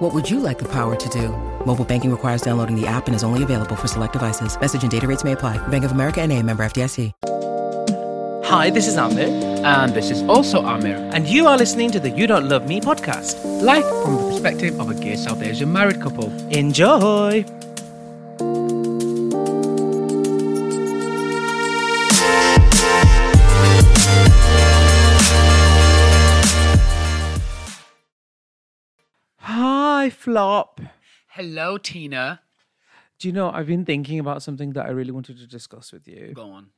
What would you like the power to do? Mobile banking requires downloading the app and is only available for select devices. Message and data rates may apply. Bank of America and a member FDIC. Hi, this is Amir, And this is also Amir. and you are listening to the You Don't Love Me podcast. Life from the perspective of a gay South Asian married couple. Enjoy! Hi, Flop. Hello, Tina. Do you know, I've been thinking about something that I really wanted to discuss with you. Go on.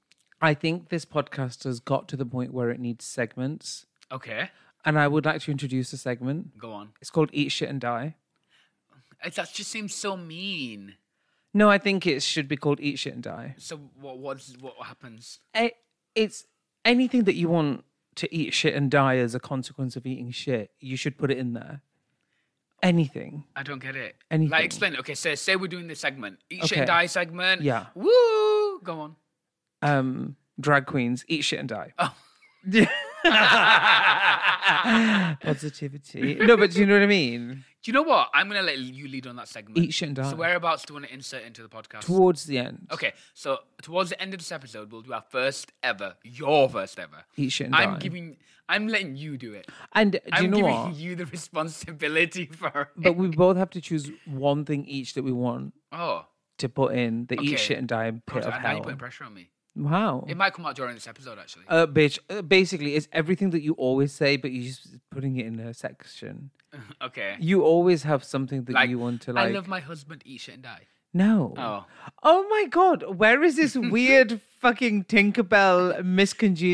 I think this podcast has got to the point where it needs segments, Okay, and I would like to introduce a segment. go on. It's called Eat Shit and Die. It, that just seems so mean. No, I think it should be called Eat Shit and Die. So what? What's what happens? I- It's anything that you want to eat shit and die as a consequence of eating shit, you should put it in there. Anything. I don't get it. Like Anything. explain. it. Okay, so say we're doing this segment, eat shit Okay. and die segment. Yeah. Woo! Go on. Um, drag queens, eat shit and die. Oh. Positivity. No, but do you know what I mean? Do you know what? I'm gonna let you lead on that segment. Eat shit and die. So whereabouts do you want to insert into the podcast? Towards the end. Okay, so towards the end of this episode, we'll do our first ever, your first ever. Eat shit and I'm die. giving, I'm letting you do it. And do you I'm know giving what? you the responsibility for it. But we both have to choose one thing each that we want oh, to put in the Okay. eat shit and die pit of God, now you're hell. putting pressure on me. Wow. It might come out during this episode, actually. Uh, bitch. Uh, basically, it's everything that you always say, but you're just putting it in a section. okay. You always have something that you want to like. I love my husband, eat shit and die. no. Oh. Oh my god. Where is this weird fucking Tinkerbell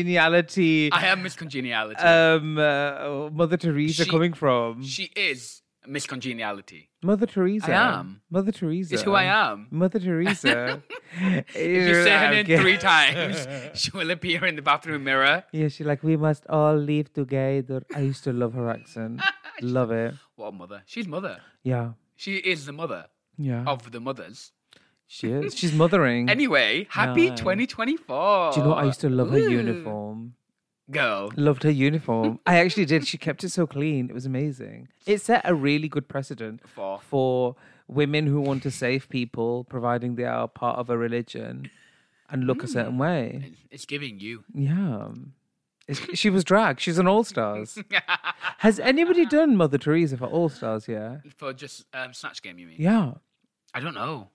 miscongeniality? I am Miss Congeniality. um, uh, Mother Teresa She- coming from she is Miss Congeniality. Mother Teresa. am. Mother Teresa. It's who I am. Mother Teresa. if If you say her name three times, she will appear in the bathroom mirror. Yeah, she's like, we must all live together. I used to love her accent. love it. What a mother. She's mother. Yeah. She is the mother Yeah. of the mothers. She is. She's mothering. Anyway, happy No. 2024. Do you know what? I used to love her Ooh. uniform. Girl. Loved her uniform. I actually did. She kept it so clean. It was amazing. It set a really good precedent For? for women who want to save people, providing they are part of a religion and look a certain way. It's giving you. Yeah. It's- she was drag. She's an all stars. Has anybody done Mother Teresa for all stars? Yeah. For just um, Snatch Game, you mean? Yeah. I don't know.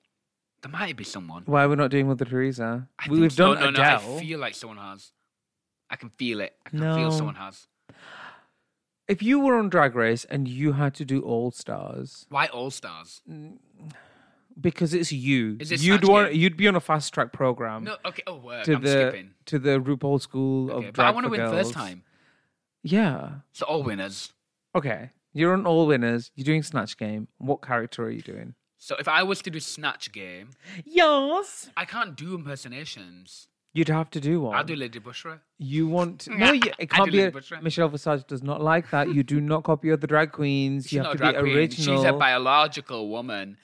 There might be someone. Why we're not doing Mother Teresa? I We- We've so. done no, no, Adele. I feel like someone has. I can feel it. I can No. feel someone has. If you were on Drag Race and you had to do All Stars Why All Stars? Mm. because it's you, Is it you'd Snatch want Game? you'd be on a fast track program No, okay. Oh, work. to I'm the skipping. to the RuPaul School Okay, of but I Drag want to for win Girls. first time. Yeah. So all winners. Okay. You're on All Winners. You're doing Snatch Game. What character are you doing? So if I was to do Snatch Game, Yes. I can't do impersonations. You'd have to do one. I'll do Lady Bushra. You want no? You, I it can't do be. Lady A, Butcher. Michelle Visage does not like that. You do not copy other drag queens. She's you not have to a drag be queen. original. She's a biological woman.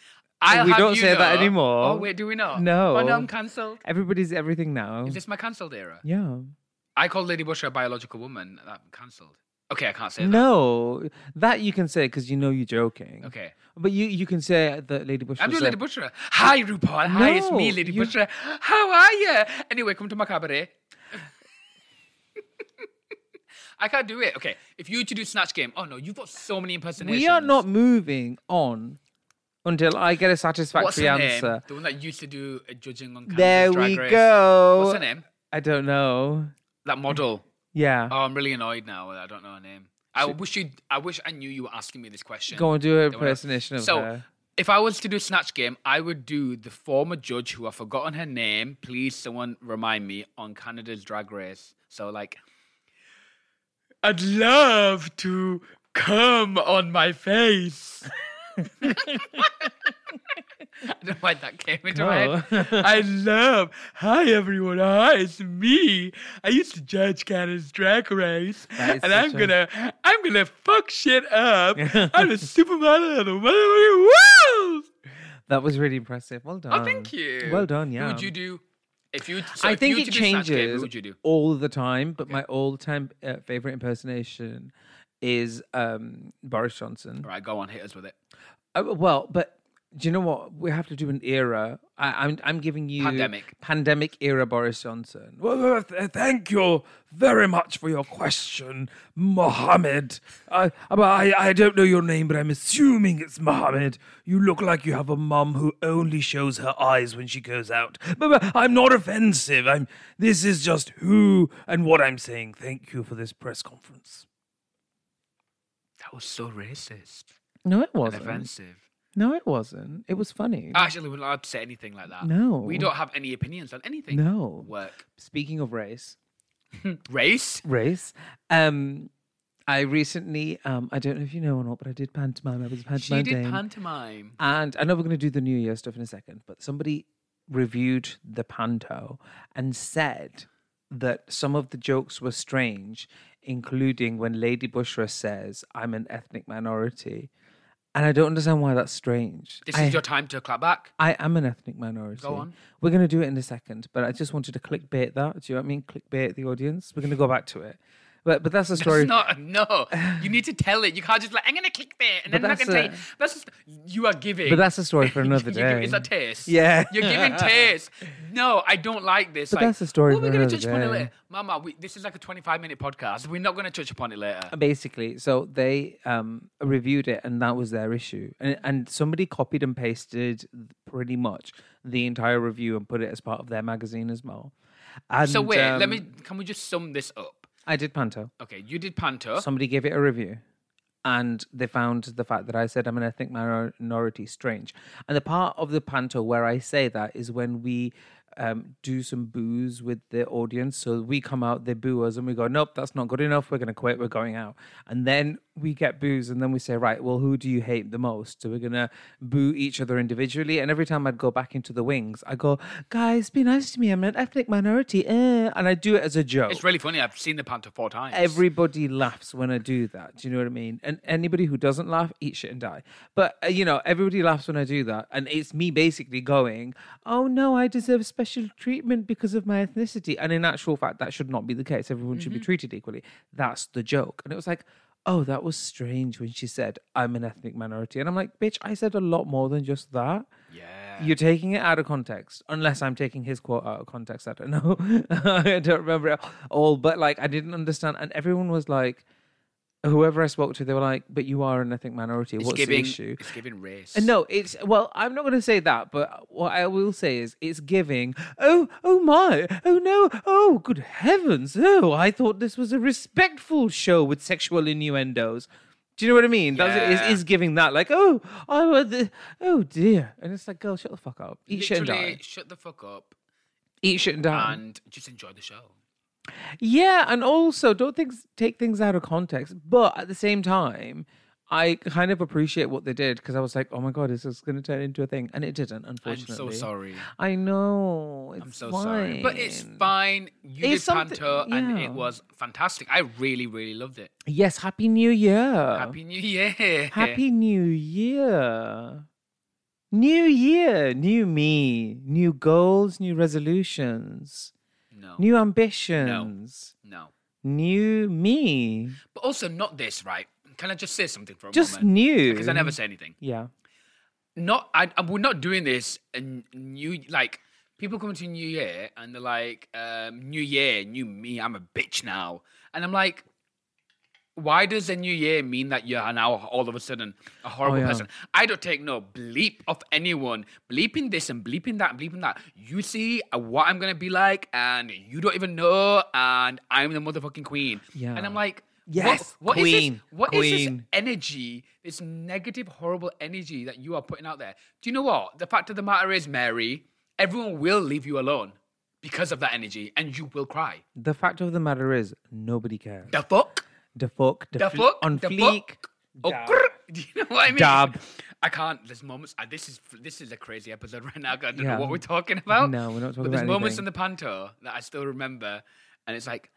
I'll We have don't you say that know- anymore. Oh wait, do we not? No. Oh no, I'm cancelled. Everybody's everything now. Is this my cancelled era? Yeah. I called Lady Bushra a biological woman. That cancelled. Okay, I can't say that. No, that you can say because you know you're joking. Okay. But you you can say that Lady Bush. I'm was doing a- Lady Bushra. Hi, RuPaul. Hi, it's me, No, Lady you- Bushra. How are you? Anyway, come to my cabaret. I can't do it. Okay, if you were to do Snatch Game, oh no, you've got so many impersonations. We are not moving on until I get a satisfactory What's her answer. name? The one that used to do uh, judging on Canada's There Drag we Race. go. What's her name? I don't know. That model. Yeah. Oh, I'm really annoyed now. that I don't know her name. I wish you. I wish I knew you were asking me this question. Go and do an Don't wanna- impersonation of so, her. if I was to do Snatch Game, I would do the former judge who I've forgotten her name. Please, someone remind me on Canada's Drag Race. So, like, I'd love to come on my face. I don't know why that came into my Oh. head. I love. Hi, everyone. Hi, it's me. I used to judge Canada's Drag Race, That is and I'm such a- gonna, I'm gonna fuck shit up. I'm a supermodel of the motherfucking world. That was really impressive. Well done. Oh, thank you. Well done. Yeah. Who would you do? If you, so I if think you it to be Snatch Game, changes Who would you do? all the time, but my all-time uh, favorite impersonation is um, Boris Johnson. All right, go on, hit us with it. Uh, well, but do you know what? We have to do an era. I, I'm I'm giving you Pandemic. pandemic era Boris Johnson. Well, well, uh, th- thank you very much for your question, Mohammed. I, I I don't know your name, but I'm assuming it's Mohammed. You look like you have a mum who only shows her eyes when she goes out. But, but I'm not offensive. I'm. This is just who and what I'm saying. Thank you for this press conference. That was so racist No, it and wasn't. offensive. No, it wasn't. It was funny. Actually, we're not allowed to say anything like that. No. we don't have any opinions on anything. No. work, Speaking of race, race. race. Um, I recently, um, I don't know if you know or not, but I did pantomime. I was a She pantomime did dame. pantomime. and I know we're going to do the New Year stuff in a second, but somebody reviewed the panto and said that some of the jokes were strange, including when Lady Bushra says, I'm an ethnic minority. And I don't understand why that's strange. This I- is your time to clap back. I am an ethnic minority. Go on. We're going to do it in a second, but I just wanted to clickbait that. Do you know what I mean? Clickbait the audience. We're going to go back to it. But but that's a story. It's not no. You need to tell it. You can't just like I'm gonna click there and But then I'm not that's gonna a- tell you. That's just, you are giving. but that's a story for another You give- day. It's a taste. Yeah. You're giving taste. No, I don't like this. But like, that's the story Oh, for we're going another to touch upon it day. later. Mama, we, this is like a 25 minute podcast. We're not going to touch upon it later. Basically, so they um, reviewed it, and that was their issue. And and somebody copied and pasted pretty much the entire review and put it as part of their magazine as well. And, so wait, let me. um, Can we just sum this up? I did panto. Okay, you did Panto. somebody gave it a review and they found the fact that I said I'm an ethnic minority strange. And the part of the panto where I say that is when we um, do some boos with the audience. So we come out, they boo us, and we go, nope, that's not good enough. We're going to quit. We're going out. And then we get boos, and then we say, right, well, who do you hate the most? So we're going to boo each other individually. And every time I'd go back into the wings, I go, guys, be nice to me. I'm an ethnic minority. eh." And I do it as a joke it's really funny. I've seen the Panto four times. everybody laughs when I do that. Do you know what I mean? And anybody who doesn't laugh, eat shit and die. But uh, you know, everybody laughs when I do that, and it's me basically going, "Oh no, I deserve special treatment because of my ethnicity." And in actual fact, that should not be the case. Everyone should be treated equally. That's the joke. And it was like. Oh, that was strange when she said, I'm an ethnic minority. And I'm like, bitch, I said a lot more than just that. Yeah. You're taking it out of context, unless I'm taking his quote out of context. I don't know. I don't remember it all, but like I didn't understand, and everyone was like, whoever I spoke to, they were like, "But you are an ethnic minority. It's What's giving. the issue?" It's giving race. And no, it's well, I'm not going to say that, but what I will say is it's giving. Oh, oh my, oh no, oh good heavens, oh I thought this was a respectful show with sexual innuendos. Do you know what I mean? That's Yeah. is, is giving that like oh oh uh, the, oh dear, and it's like girl, shut the fuck up, eat shit and Literally, die, shut the fuck up eat shit and die. and just enjoy the show. Yeah, and also don't things take things out of context. But at the same time, I kind of appreciate what they did because I was like, oh my god, is this going to turn into a thing? And it didn't, I'm unfortunately. so sorry. I know. It's I'm so sorry. But it's fine. You It's did something- Panto and yeah. it was fantastic. I really, really loved it. Yes, Happy New Year. Happy New Year. Happy New Year. New Year, new me, new goals, new resolutions, No. new ambitions, no. new me. But also not this, right? Can I just say something for a Just moment? new. Because I never say anything. Yeah. Not I, I we're not doing this and new like people come to New Year and they're like, um, New Year, new me, I'm a bitch now. And I'm like, why does a new year mean that you're now all of a sudden a horrible Oh, yeah. person? I don't take no bleep of anyone bleeping this and bleeping that and bleeping that. You see uh, what I'm gonna be like, and you don't even know, and I'm the motherfucking queen. Yeah. And I'm like, what- Yes, what is queen, this? What is this queen. energy? This negative, horrible energy that you are putting out there. Do you know what? The fact of the matter is, Mary, everyone will leave you alone because of that energy, and you will cry. The fact of the matter is, nobody cares. The fuck. The fuck, the, The fle- fuck? on The fleek. fuck? Oh, da. grr, Do you know what I mean? Dab. I can't. There's moments. I, this is this is a crazy episode right now. 'cause I don't Yeah. know what we're talking about. No, we're not talking But there's about moments anything. in the panto that I still remember, and it's like,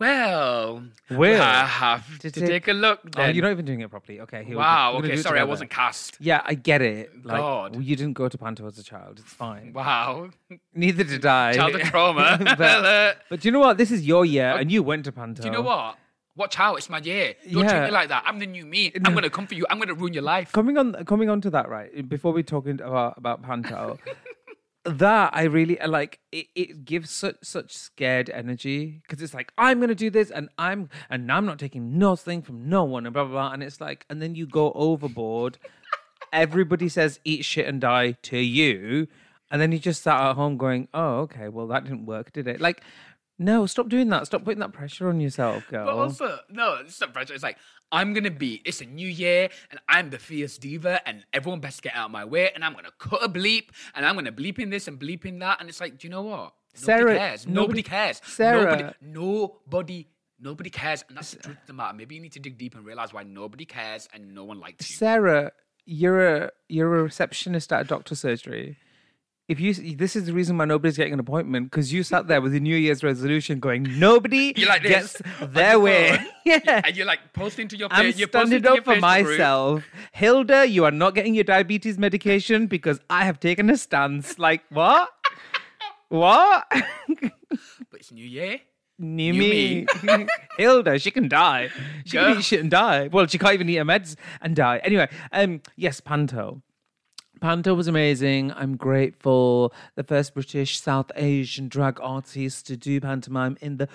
well, Well, I have to to, take- take, a look. Oh, Then. you're not even doing it properly. Okay. Here wow. We go. We're gonna Okay. do it Sorry, I together. wasn't cast. Yeah, I get it. Like, God. you didn't go to Panto as a child. It's fine. Wow. Neither did I. Child of trauma. Oh, but, but do you know what? This is your year, and you went to Panto. Do you know what? Watch out! It's my year. Don't Oh. Yeah. treat me like that. I'm the new me. I'm gonna come for you. I'm gonna ruin your life. Coming on, coming on to that, right? Before we talking about about Panto, that I really I like. It, it gives such such scared energy because it's like I'm gonna do this, and I'm and I'm not taking nothing from no one, and blah blah blah. And it's like, and then you go overboard. Everybody says eat shit and die to you, and then you just sat at home going, oh okay, well that didn't work, did it? Like. No, stop doing that. Stop putting that pressure on yourself, girl. But also, no, it's not pressure. It's like I'm gonna be. It's a new year, and I'm the fierce diva, and everyone best get out of my way. And I'm gonna cut a bleep, and I'm gonna bleep in this and bleep in that. And it's like, do you know what? Sarah, nobody cares. Nobody, nobody- cares. Sarah. Nobody, nobody, nobody cares. And that's the truth of the matter. Maybe you need to dig deep and realize why nobody cares and no one likes you. Sarah, you're a you're a receptionist at a doctor's surgery. If you this is the reason why nobody's getting an appointment because you sat there with the New Year's resolution going nobody You're like this, gets on their your way. phone, yeah. And you're like posting to your face. I'm you're posting standing to your up for Facebook group. myself. Hilda, you are not getting your diabetes medication because I have taken a stance. Like what? what? But it's new year. New You me. Hilda, she can die. She can Girl. eat shit and die. Well, she can't even eat her meds and die. Anyway, um, yes, Panto. Panto was amazing. I'm grateful. The first British South Asian drag artist to do pantomime in the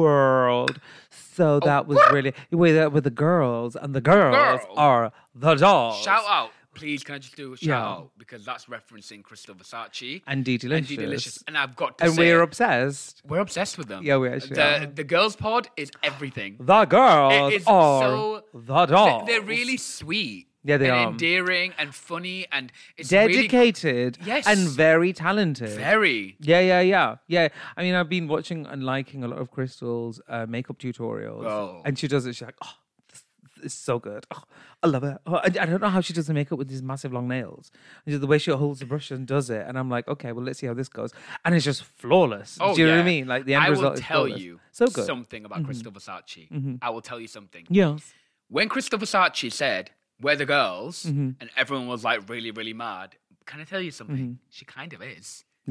world. So that was really with uh, with the girls, and the girls Oh, Girls. are the dolls. Shout out, please. Can I just do a shout Yeah. out because that's referencing Crystal Versace And D and Delicious. D Delicious, and I've got to And say, we're we're, obsessed. obsessed with them. Yeah, we actually The are. the girls pod is everything. The girls It is are so the they- dolls. They're really sweet. Yeah, they and are. endearing and funny and it's Really dedicated Yes. and very talented. very. yeah, yeah, yeah, yeah. I mean, I've been watching and liking a lot of Crystal's uh, makeup tutorials, Oh. and she does it. She's like, "Oh, this, this is so good. Oh, I love it. Oh, I, I don't know how she does the makeup with these massive long nails. And just the way she holds the brush and does it, and I'm like, okay, well, let's see how this goes. And it's just flawless. Oh, Do you know what I yeah. mean? Like the end I result is will tell flawless. you so good. Mm-hmm. something about Crystal Versace. I will tell you something. yes. When Crystal Versace said, "We're the girls," Mm-hmm. and everyone was like really, really mad. Can I tell you something? Mm-hmm. She kind of is.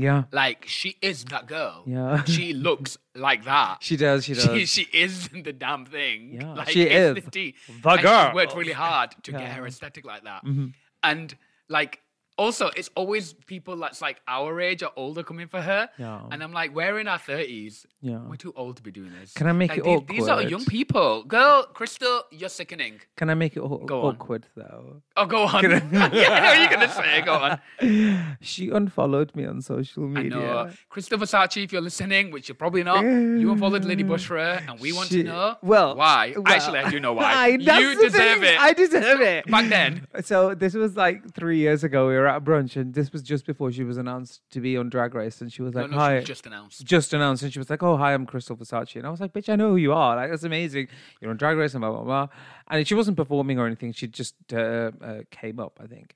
Yeah. Like she is that girl. Yeah. She looks like that. She does. She does. She, she is the damn thing. Yeah, Like, she it's is The, tea. the And girl. She's worked really hard to Yeah. Mm-hmm. get her aesthetic like that. And like, also, it's always people that's like our age or older coming for her. Yeah. And I'm like, we're in our 30s. Yeah. We're too old to be doing this. Can I make like, it the- These are awkward? young people. Girl, Crystal, you're sickening. Can I make it aw- Go on. awkward though? Oh, go on. yeah, I know you're going to say. Go on. She unfollowed me on social I media. know. Crystal Versace, uh, if you're listening, which you're probably not, you unfollowed Lady Bush for her, and we want She- to know well, why. well, Actually, I do know why. I- that's you the deserve thing, it. I deserve it. Back then. So this was like three years ago. We were at brunch, and this was just before she was announced to be on Drag Race, and she was No, like, no, "Hi." she just announced. just announced and she was like, Oh, hi, I'm Crystal Versace. And I was like, Bitch, I know who you are. Like, that's amazing. You're on Drag Race and blah, blah, blah. And she wasn't performing or anything. She just uh, uh, came up, I think.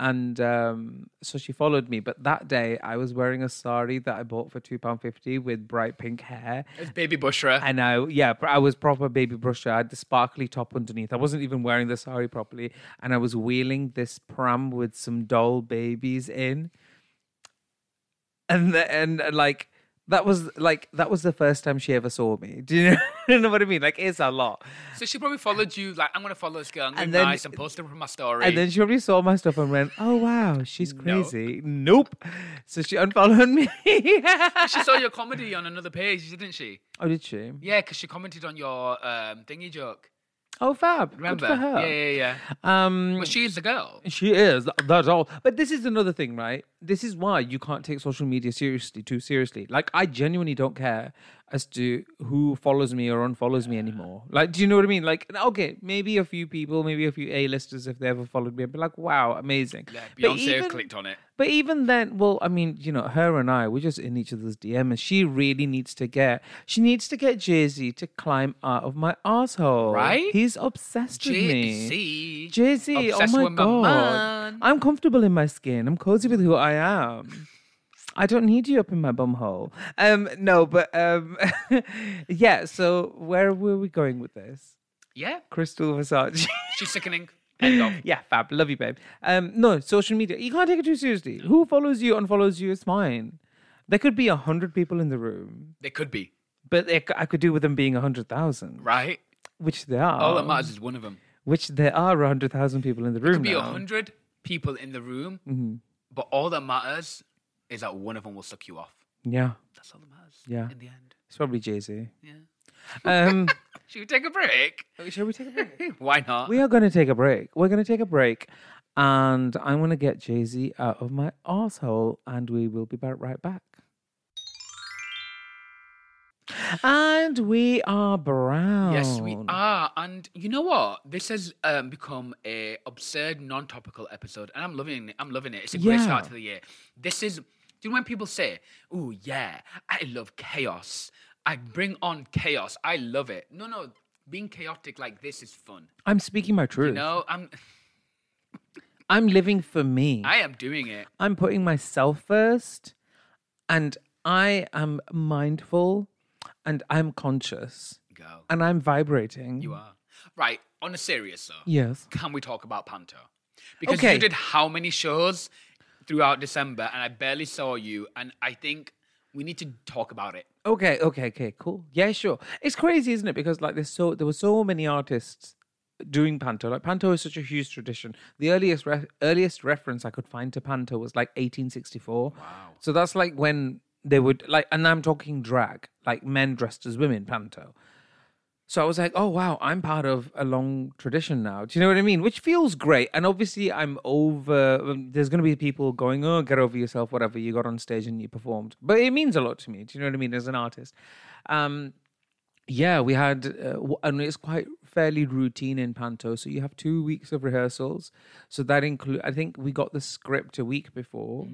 And um, so she followed me. But that day, I was wearing a sari that I bought for £2.50 with bright pink hair. It's Baby Bushra. And I, yeah, pr- I was proper baby brusher. I had the sparkly top underneath. I wasn't even wearing the sari properly. And I was wheeling this pram with some doll babies in. And, the, and uh, like, that was like, that was the first time she ever saw me. Do you know, you know what I mean? Like, it's a lot. so she probably followed you, like, I'm going to follow this girl. I'm going And to be then- nice and post her from my story. And then she probably saw my stuff and went, oh, wow, she's crazy. Nope. So she unfollowed me. she saw your comedy on another page, didn't she? oh, did she? Yeah, because she commented on your um, thingy joke. Oh, fab. Remember? Good for her. Yeah, yeah, yeah. Um, But she's the girl. She is. th- That's all. But this is another thing, right? This is why you can't take social media seriously, too seriously. Like, I genuinely don't care as to who follows me or unfollows me anymore. Like, do you know what I mean? Like, okay, maybe a few people, maybe a few A-listers, if they ever followed me, I'd be like, wow, amazing. Yeah, But Beyonce even- clicked on it. but even then, well, I mean, you know, her and I, we're just in each other's DM, and she really needs to get, she needs to get Jay Z to climb out of my asshole. Right? He's obsessed with me. Jay-Z. Jay Z, oh Obsessed my with my god, man. I'm comfortable in my skin. I'm cozy with who I am. I don't need you up in my bum hole. Um, no, but um, yeah. So where were we going with this? Yeah, Crystal Versace. she's sickening. End of. yeah, fab. Love you, babe. Um, no, social media. You can't take it too seriously. Who follows you, unfollows you, is fine. There could be a hundred people in the room, They could be but they, I could do with them being a hundred thousand, right. which there are. All that matters is one of them. Which there are a hundred thousand people in the room Could be a now. Mm-hmm. hundred people in the room, but all that matters is that one of them will suck you off. Yeah, That's all that matters. Yeah. In the end, it's probably Jay Z. yeah. Um, Should we take a break? shall we take a break? Why not? We are going to take a break. We're going to take a break, and I'm going to get Jay Z out of my asshole, and we will be back right back. And we are brown. Yes, we are. And you know what? This has um, become a absurd, non-topical episode, and I'm loving it. I'm loving it. It's a great start Yeah. to the year. This is. Do you know when people say, "Oh yeah, I love chaos. I bring on chaos. I love it." No, no, being chaotic like this is fun. I'm speaking my truth. No, I'm. I'm living for me. I am doing it. I'm putting myself first, and I am mindful, and I'm conscious, Go. and I'm vibrating. You are right. On a serious though, Yes. can we talk about Panto? Because Okay. you did how many shows throughout December, and I barely saw you. And I think we need to talk about it. Okay, okay, okay, cool. Yeah, sure. It's crazy, isn't it? Because like there's so there were so many artists doing panto. Like panto is such a huge tradition. The earliest re- earliest reference I could find to panto was like 1864. Wow. So that's like when they would like, and I'm talking drag, like men dressed as women panto. So I was like, oh wow, I'm part of a long tradition now. Do you know what I mean? Which feels great. And obviously, I'm over. um, There's going to be people going, oh, get over yourself, whatever. You got on stage and you performed. But it means a lot to me. Do you know what I mean? As an artist. Um, yeah, we had, uh, w- and it's quite fairly routine in Panto. So you have two weeks of rehearsals. So that include, I think we got the script a week before.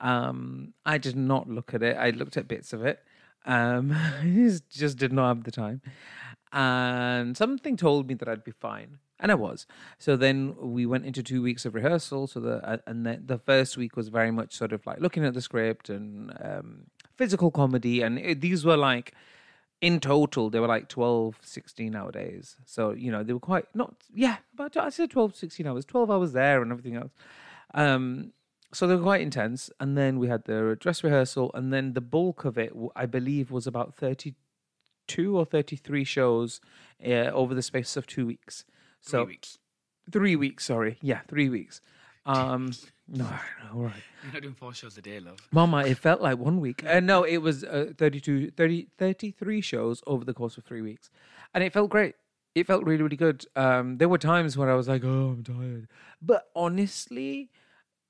Um, I did not look at it. I looked at bits of it. Um, I just, just did not have the time. And something told me that I'd be fine. And I was. So then we went into two weeks of rehearsal. So the uh, and the, the first week was very much sort of like looking at the script and um, physical comedy. And it, these were like in total they were like 12 16 hour days so you know they were quite not yeah about i said 12 16 hours 12 hours there and everything else um so they were quite intense and then we had the dress rehearsal and then the bulk of it w- i believe was about 32 or 33 shows uh, over the space of two weeks so Three weeks. three weeks sorry yeah three weeks um no I know, all right You're not doing four shows a day, love. Mama, it felt like one week. Uh, no, it was uh, 32, 30, 33 shows over the course of three weeks. And it felt great. It felt really, really good. Um, there were times when I was like, oh, I'm tired. But honestly,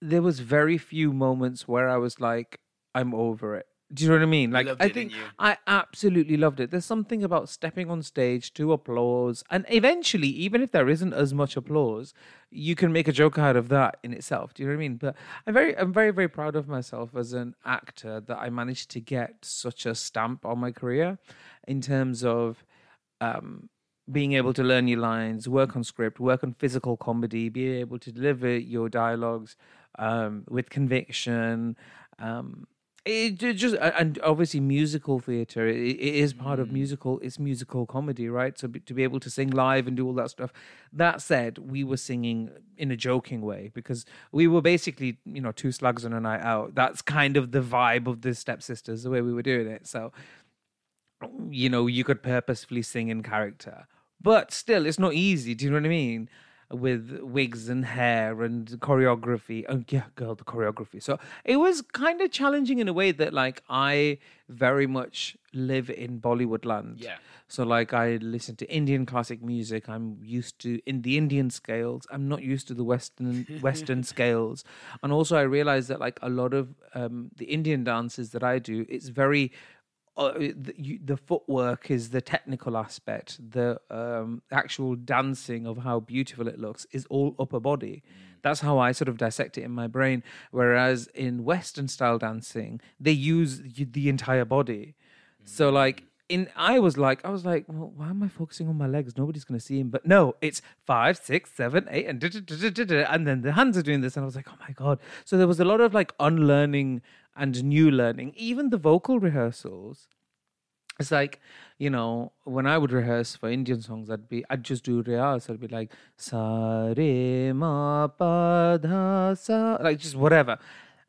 there was very few moments where I was like, I'm over it. Do you know what I mean? Like, loved I it, think didn't you? I absolutely loved it. There's something about stepping on stage to applause, and eventually, even if there isn't as much applause, you can make a joke out of that in itself. Do you know what I mean? But I'm very, I'm very, very proud of myself as an actor that I managed to get such a stamp on my career in terms of um, being able to learn your lines, work on script, work on physical comedy, be able to deliver your dialogues um, with conviction. Um, it ju- just a- and obviously musical theater i it is part of musical it's musical comedy right so be, to be able to sing live and do all that stuff that said we were singing in a joking way because we were basically you know two slugs on a night out that's kind of the vibe of the stepsisters the way we were doing it so you know, you could purposefully sing in character. But still, it's not easy. Do you know what I mean? With wigs and hair and choreography. Oh, yeah, girl, the choreography. So it was kind of challenging in a way that, like, I very much live in Bollywood land. Yeah. So, like, I listen to Indian classic music. I'm used to in the Indian scales. I'm not used to the Western Western scales. And also, I realized that, like, a lot of um, the Indian dances that I do, it's very uh, the, you, the footwork is the technical aspect. The um, actual dancing of how beautiful it looks is all upper body. That's how I sort of dissect it in my brain. Whereas in Western style dancing, they use y- the entire body. So like in I was like I was like, well, why am I focusing on my legs? Nobody's gonna see him. But no, it's five, six, seven, eight, and da, da, da, da, da, da, and then the hands are doing this, and I was like, oh my god. So there was a lot of like unlearning and new learning. Even the vocal rehearsals. It's like, you know, when I would rehearse for Indian songs, I'd be, I'd just do riyaz. I'd be like, sa re ma pa dha sa, like just whatever.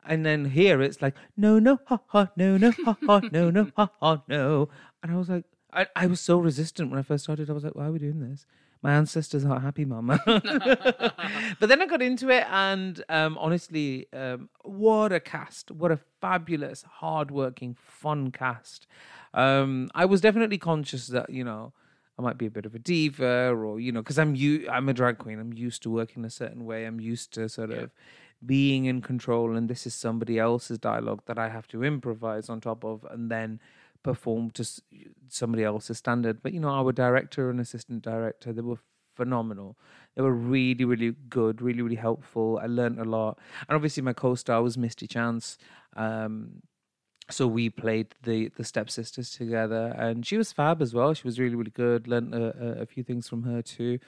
And then here it's like, no, no, ha ha, no, no, ha ha, no, no, ha ha, no. And I was like, I, I was so resistant when I first started. I was like, why are we doing this? My ancestors aren't happy, mama. but then I got into it, and um, honestly, um, what a cast! What a fabulous, hardworking, fun cast. Um, I was definitely conscious that you know I might be a bit of a diva, or you know, because I'm you, I'm a drag queen. I'm used to working a certain way. I'm used to sort of being in control, and this is somebody else's dialogue that I have to improvise on top of, and then perform to s- somebody else's standard. But you know, our director and assistant director, they were phenomenal. They were really, really good, really, really helpful. I learned a lot, and obviously, my co-star was Misty Chance. Um, so we played the the stepsisters together, and she was fab as well. She was really, really good. Learned a, a, a few things from her too,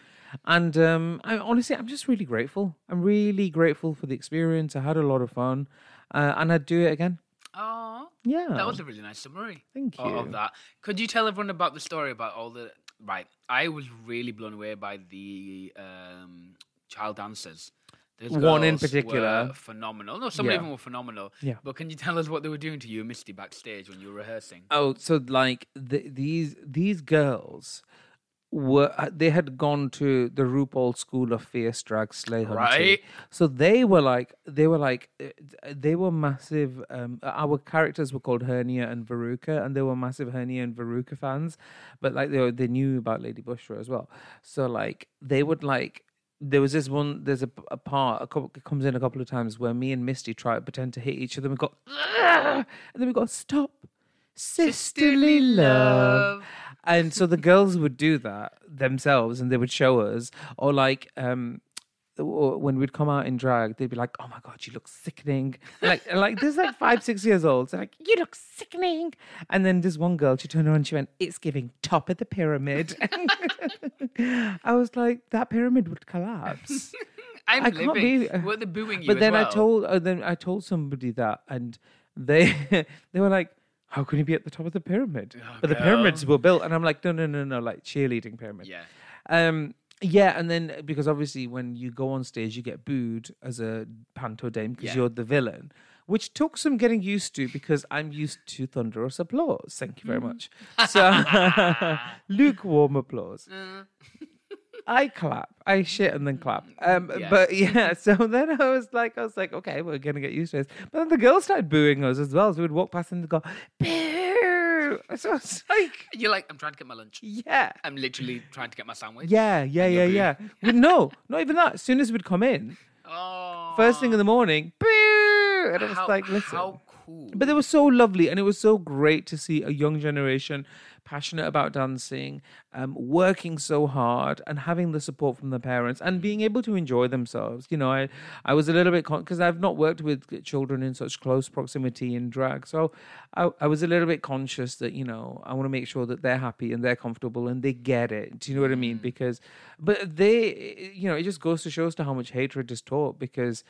and um, I honestly, I'm just really grateful. I'm really grateful for the experience. I had a lot of fun, uh, and I'd do it again. Oh, Yeah, that was a really nice summary. Thank o- Of you. that, could you tell everyone about the story about all the right? I was really blown away by the um, child dancers. Those One in girls were particular. phenomenal. No, some Yeah. of them were phenomenal. Yeah. But can you tell us what they were doing to you, and Misty, backstage when you were rehearsing? Oh, so like the, these these girls were uh, they had gone to the RuPaul School of Fierce Drag Slay Hunting. Right. So they were like they were like uh, they were massive. Um, our characters were called Hernia and Veruca, and they were massive Hernia and Veruca fans. But like they were, they knew about Lady Bushra as well. So like they would like. There was this one. There's a, a part a couple, it comes in a couple of times where me and Misty try to pretend to hit each other. and We got and then we got stop sisterly love. And so the girls would do that themselves and they would show us, or like, um, or when we'd come out in drag, they'd be like, "Oh my god, you look sickening!" Like, like this, like five, six years old, so like, "You look sickening!" And then this one girl, she turned around, she went, "It's giving top of the pyramid." I was like, "That pyramid would collapse." I'm I living. can't believe- Were they booing you? But as then I well? told, uh, then I told somebody that, and they they were like, "How can you be at the top of the pyramid?" but the girl. pyramids were built, and I'm like, "No, no, no, no!" Like cheerleading pyramid. Yeah. Um. Yeah, and then because obviously when you go on stage, you get booed as a panto dame because Yeah. you're the villain, which took some getting used to because I'm used to thunderous applause. Thank you very much. Mm-hmm. So lukewarm applause. I clap, I shit, and then clap. Um, Mm-hmm. Yeah. But yeah, so then I was like, I was like, okay, we're gonna get used to this. But then the girls started booing us as well. So we'd walk past and they'd go, boo. So I was like, You're like, I'm trying to get my lunch. yeah. I'm literally trying to get my sandwich. Yeah, yeah, yeah, you're yeah. We, no, not even that. As soon as we'd come in, Oh. first thing in the morning, boo! And I was how, like, listen. How cool. But they were so lovely, and it was so great to see a young generation passionate about dancing, um, working so hard, and having the support from the parents, and being able to enjoy themselves. You know, I I was a little bit because I've not worked with children in such close proximity in drag, so I, I was a little bit conscious that you know I want to make sure that they're happy and they're comfortable and they get it. Do you know what I mean? Because, but they, you know, it just goes to show as to how much hatred is taught because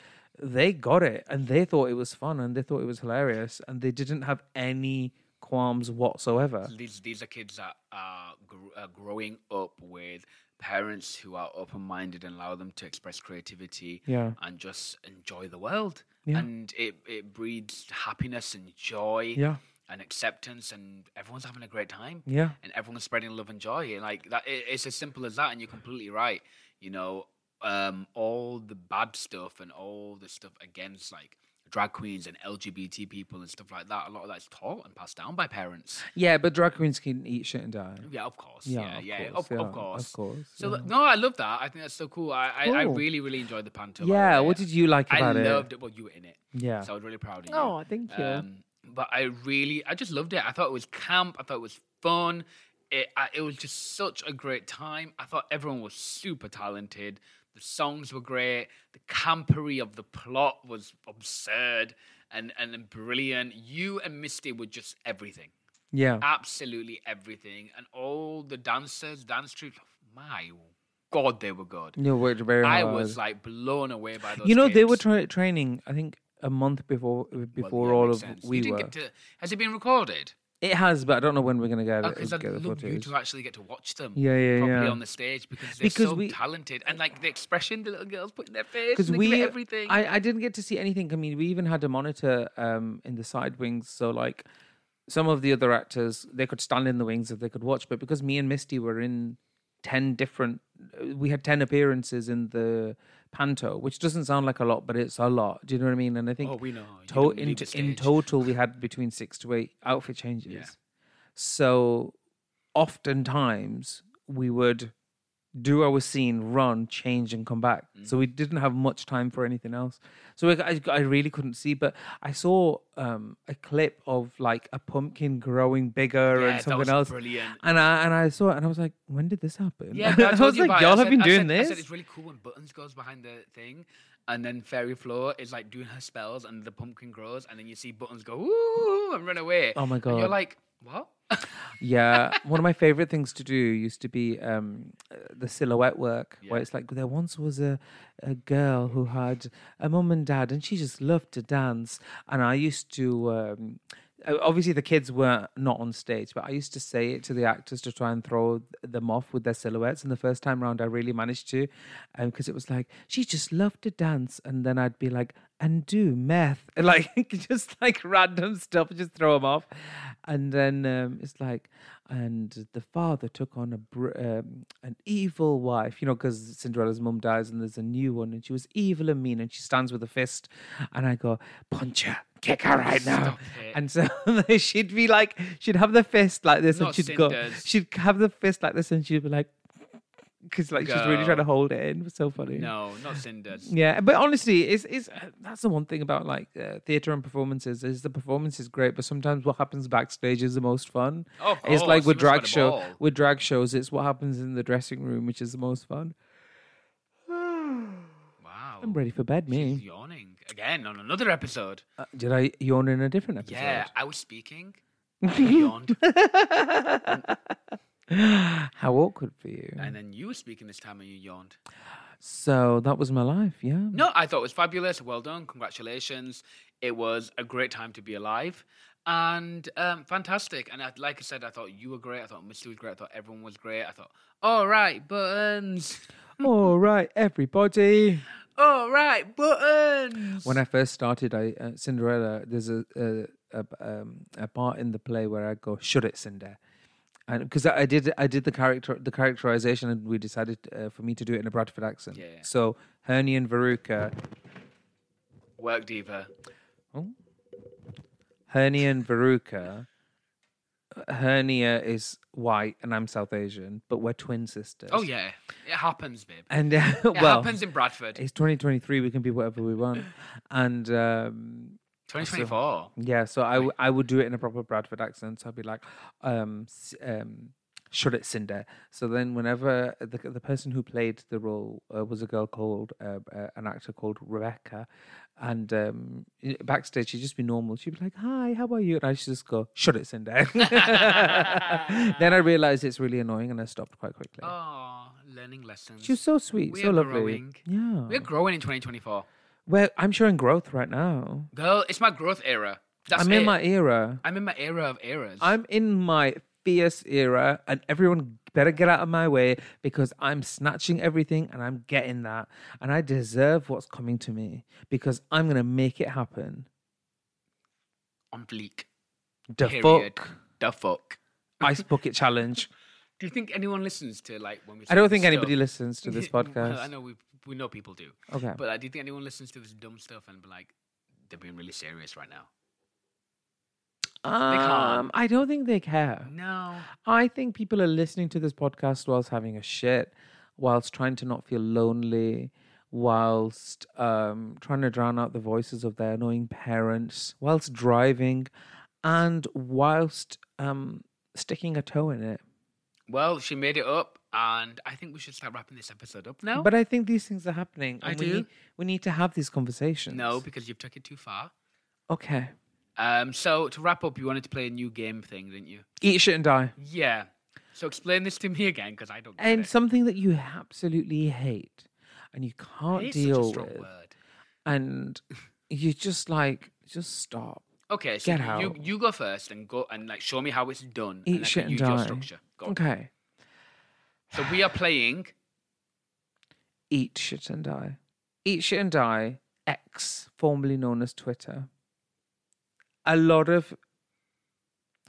they got it and they thought it was fun and they thought it was hilarious and they didn't have any qualms whatsoever. these these are kids that are, gr- are growing up with parents who are open minded and allow them to express creativity Yeah. and just enjoy the world. Yeah. And it, it breeds happiness and joy Yeah. and acceptance, and everyone's having a great time. Yeah. And everyone's spreading love and joy. And like that, it, it's as simple as that. And you're completely right. You know, um, all the bad stuff and all the stuff against like drag queens and LGBT people and stuff like that, a lot of that's taught and passed down by parents. Yeah, but drag queens can eat shit and die. Yeah, of course. Yeah, Yeah, of yeah, course, of, yeah, of of course. course, So th- no, I love that. I think that's so cool. I I, I Cool. really really enjoyed the pantomime. Yeah, what did you like I about it? loved it. Well, you were in it. Yeah. So I was really proud of you. Oh, thank you. Um, but I really, I just loved it. I thought it was camp. I thought it was fun. It, I, it was just such a great time. I thought everyone was super talented. The songs were great. The campery of the plot was absurd and and brilliant. You and Misty were just everything, Yeah. absolutely everything, and all the dancers, dance troops. My God, they were good. You worked very hard. I was like blown away by those. you know, they were kids. tra- training. I think a month before uh, Well, before yeah, all makes of sense. You we didn't were. get to- has it been recorded? It has, but I don't know when we're gonna get it. Because I'd get the love uh, you footage. to actually get to watch them. Yeah, yeah, properly yeah. on the stage because they're Because so we- talented and like the expression the little girls put in their face. because Because we uh, everything. I, I didn't get to see anything. I mean, we even had a monitor um, in the side wings, so like some of the other actors they could stand in the wings if they could watch. But because me and Misty were in ten different, uh, we had ten appearances in the panto, which doesn't sound like a lot, but it's a lot. Do you know what I mean? And I think Oh, we know. You to- don't in, leave the in stage. total we had between six to eight outfit changes. So oftentimes we would do our scene, run, change, and come back. So Mm. we didn't have much time for anything else. So I, I- I really couldn't see, but I saw um, a clip of like a pumpkin growing bigger Yeah, and that something was else. brilliant. And I and I saw it, and I was like, when did this happen? Yeah, And but I, I, told was you like, about it. I y'all have said- been I doing said- I this. said it's really cool when Buttons goes behind the thing, and then Fairy Floor is like doing her spells, and the pumpkin grows, and then you see Buttons go ooh and run away. Oh my And you're God. like, what? yeah, one of my favorite things to do used to be um, uh, the silhouette work, where it's like there once was a, a girl who had a mum and dad, and she just loved to dance. And I used to, um, uh, obviously, the kids were not on stage, but I used to say it to the actors to try and throw th- them off with their silhouettes. And the first time round, I really managed to, because it was like she just loved to dance, and then I'd be like, and do meth, like just like random stuff, just throw them off. And then um, it's like, and the father took on a br- um, an evil wife, you know, because Cinderella's mum dies and there's a new one, and she was evil and mean, and she stands with a fist, and I go, punch her, kick her right now. And so she'd be like, she'd have the fist like this, Not and she'd go, Cinders. she'd have the fist like this, and she'd be like, because like she's really Girl. trying to hold it in. It was so funny. No, not Cinders. Yeah, but honestly, it's, it's uh, that's the one thing about like uh, theater and performances is the performance is great, but sometimes what happens backstage is the most fun. Oh, Of it's like with course, you must have drag had a show, ball. with drag shows, it's what happens in the dressing room which is the most fun. Wow. I'm ready for bed, She's me. yawning again on another episode. Uh, did I yawn in a different episode? Yeah, I was speaking. and I yawned, How awkward for you. and then you were speaking this time, and you yawned. So that was my life. Yeah. No, I thought it was fabulous. Well done. Congratulations. It was a great time to be alive and um, fantastic. And I, like I said, I thought you were great. I thought Misty was great. I thought everyone was great. I thought, all right, buttons. All right, everybody. All right, buttons. When I first started, I uh, Cinderella. There's a a, a, um, a part in the play where I go, "Shut it, Cinder," and because I, I did I did the character the characterization, and we decided uh, for me to do it in a Bradford accent. Yeah. So Hernie and Veruca, Work diva. Hernia and Veruca. Hernia is white, and I'm South Asian, but we're twin sisters. Oh, yeah. It happens, babe. And uh, It well, happens in Bradford. it's 2023. We can be whatever we want, and. um 2024. Yeah, so I, w- I would do it in a proper Bradford accent. So I'd be like, um, s- um, shut it, Cinder. So then, whenever the the person who played the role uh, was a girl called uh, uh, an actor called Rebecca, and um, i- backstage she'd just be normal. She'd be like, "Hi, how are you?" And I should just go, "Shut it, Cinder." then I realized it's really annoying, and I stopped quite quickly. Oh, learning lessons. she was so sweet, we so are lovely. growing. Yeah, We're growing in 2024. well, I'm showing growth right now. Girl, it's my growth era. That's I'm in it. my era. I'm in my era of eras. I'm in my fierce era, and everyone better get out of my way because I'm snatching everything and I'm getting that. And I deserve what's coming to me because I'm going to make it happen. on bleak. The Period. fuck. The fuck. Ice Bucket Challenge. Do you think anyone listens to like when we? I say don't this think anybody stuff? listens to this Well, podcast. I know we we know people do. Okay. But I do you think anyone listens to this dumb stuff and be like, they're being really serious right now? can't. Um, I don't think they care. No. I think people are listening to this podcast whilst having a shit, whilst trying to not feel lonely, whilst um, trying to drown out the voices of their annoying parents, whilst driving. and whilst um, sticking a toe in it. Well, she made it up, and I think we should start wrapping this episode up now. But I think these things are happening. I and we do. Need, we need to have these conversations. no, because you've took it too far. Okay. Um, so to wrap up, you wanted to play a new game thing, didn't you? Eat shit and die. Yeah. So explain this to me again, because I don't. Get And it. something that you absolutely hate and you can't It's such a deal strong with. word. And you're just like, just stop. Okay, so Get you out. you go first and go and like show me how it's done. Eat and I shit and can use your die. structure. Go on. Okay. So we are playing. Eat shit and die. Eat shit and die. X, formerly known as Twitter. A lot of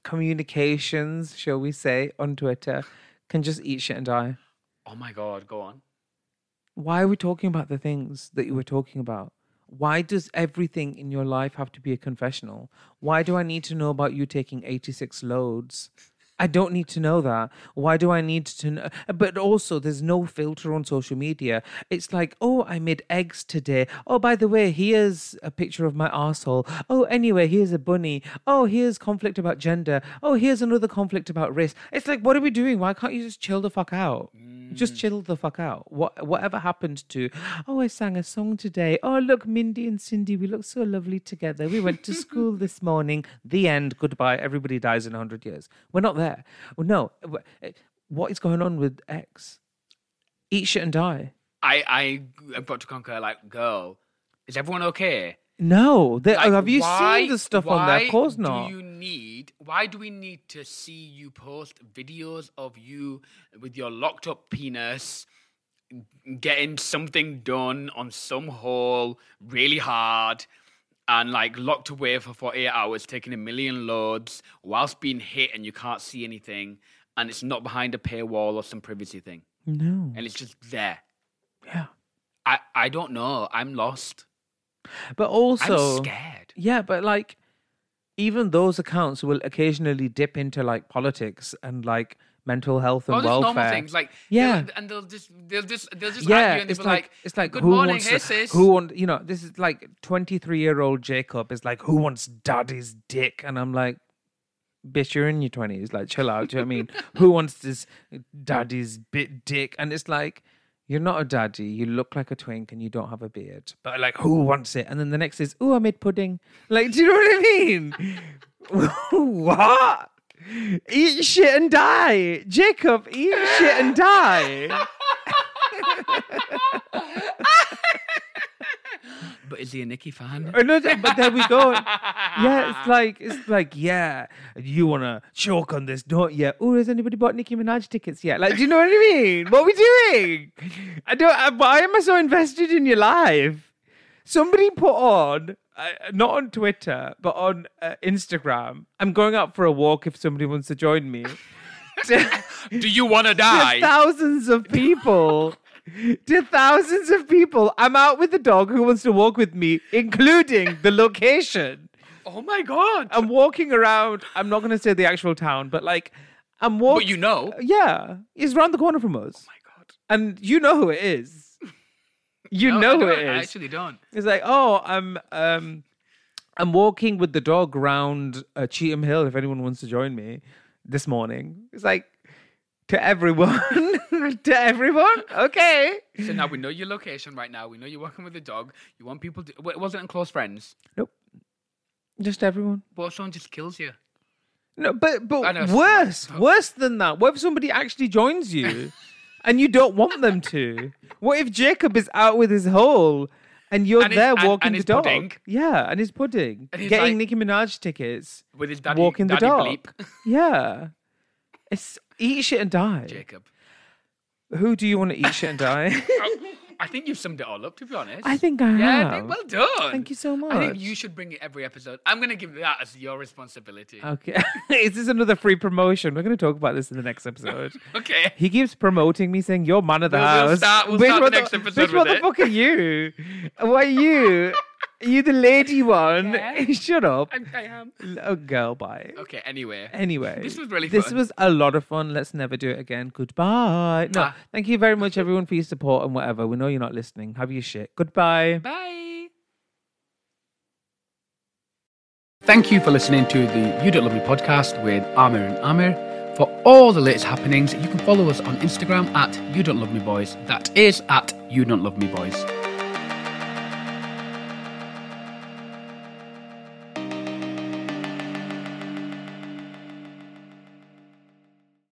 communications, shall we say, on Twitter can just eat shit and die. Oh my god, go on. Why are we talking about the things that you were talking about? Why does everything in your life have to be a confessional? Why do I need to know about you taking 86 loads? I don't need to know that. Why do I need to know? But also, there's no filter on social media. It's like, oh, I made eggs today. Oh, by the way, here's a picture of my arsehole. Oh, anyway, here's a bunny. Oh, here's conflict about gender. Oh, here's another conflict about race. It's like, what are we doing? Why can't you just chill the fuck out? Mm. Just chill the fuck out. What whatever happened to? Oh, I sang a song today. Oh, look, Mindy and Cindy, we look so lovely together. We went to school this morning. The end. Goodbye. Everybody dies in hundred years. We're not there. Well, no. w- eh, What is going on with X? Eat shit and die. I I have got to conquer. Like, girl, is everyone okay? No. They, Like, have you why- seen the stuff on there? Of why course not. Do you need? Why do we need to see you post videos of you with your locked up penis getting something done on some hole really hard? And like locked away for 48 hours, taking a million loads whilst being hit, and you can't see anything, and it's not behind a paywall or some privacy thing, No. and it's just there. Yeah. I I don't know. I'm lost. But also, I'm scared. Yeah, but like even those accounts will occasionally dip into like politics and like mental health and Oh, just normal welfare. things like Yeah. they'll- and they'll just they'll just they'll just yeah, argue and it's they'll be like, like, it's like good who morning, wants hey sis. who want you know this is like twenty three year old Jacob is like who wants daddy's dick and I'm like bitch you're in your twenties like chill out do you know what I mean who wants this daddy's bit dick and it's like you're not a daddy you look like a twink and you don't have a beard but like who wants it and then the next is oh I made pudding like do you know what I mean what eat shit and die Jacob eat shit and die. But is he a Nicky fan? Or no, but there we go. Yeah, it's like it's like yeah, you wanna choke on this, don't you? Oh, has anybody bought Nicki Minaj tickets yet? Like, do you know what I mean? What are we doing? I don't. I, why am I so invested in your life? Somebody put on. Uh, not on Twitter, but on uh, Instagram. I'm going out for a walk if somebody wants to join me. Do you want to to die? thousands of people. to thousands of people. I'm out with the dog who wants to walk with me, including the location. Oh my god! I'm walking around. I'm not going to say the actual town, but like, I'm But walking. you know, yeah, it's round the corner from us. my god, And you know who it is. You No, I know who it don't. is. I actually don't. It's like, oh, I'm um, I'm walking with the dog round uh, Cheetham Hill. If anyone wants to join me this morning, it's like to everyone, to everyone. Okay, So now we know your location right now. We know you're working with a dog. You want people to. Well, it wasn't in close friends. just everyone. But if someone just kills you? No, but I but know, it's worse, not- worse than that. What if somebody actually joins you, and you don't want them to? What if Jacob is out with his hole? And you're And his- there and- walking and the his dog. pudding. Yeah, and his pudding. And he's Getting like- Nicki Minaj tickets. With his daddy, walking the daddy dog. bleep. Yeah. It's eat shit and die. Jacob. Who do you want to eat shit and die? Oh, I think you've summed it all up, to be honest. I think I Yeah, I have. think- well done. Thank you so much. I think you should bring it every episode. I'm going to give that as your responsibility. okay. Is this another free promotion? We're going to talk about this in the next episode. okay. He keeps promoting me, saying you're man of the We'll- we'll house. start- we'll Bitch, start the what next episode bitch, with what the it. fuck are you? Why are you? are you the lady one? Yeah. Shut up. I, I am. oh, girl, bye. Okay, anyway. Anyway, This was really This fun. was a lot of fun. Let's never do it again. Goodbye. No, Mwah. thank you very much, everyone, for your support and whatever. We know you're not listening. Have your shit. Goodbye. Bye. Thank you for listening to the You Don't Love Me podcast with Amir and Amir. For all the latest happenings, you can follow us on Instagram at You Don't Love Me Boys. That is at You Don't Love Me Boys.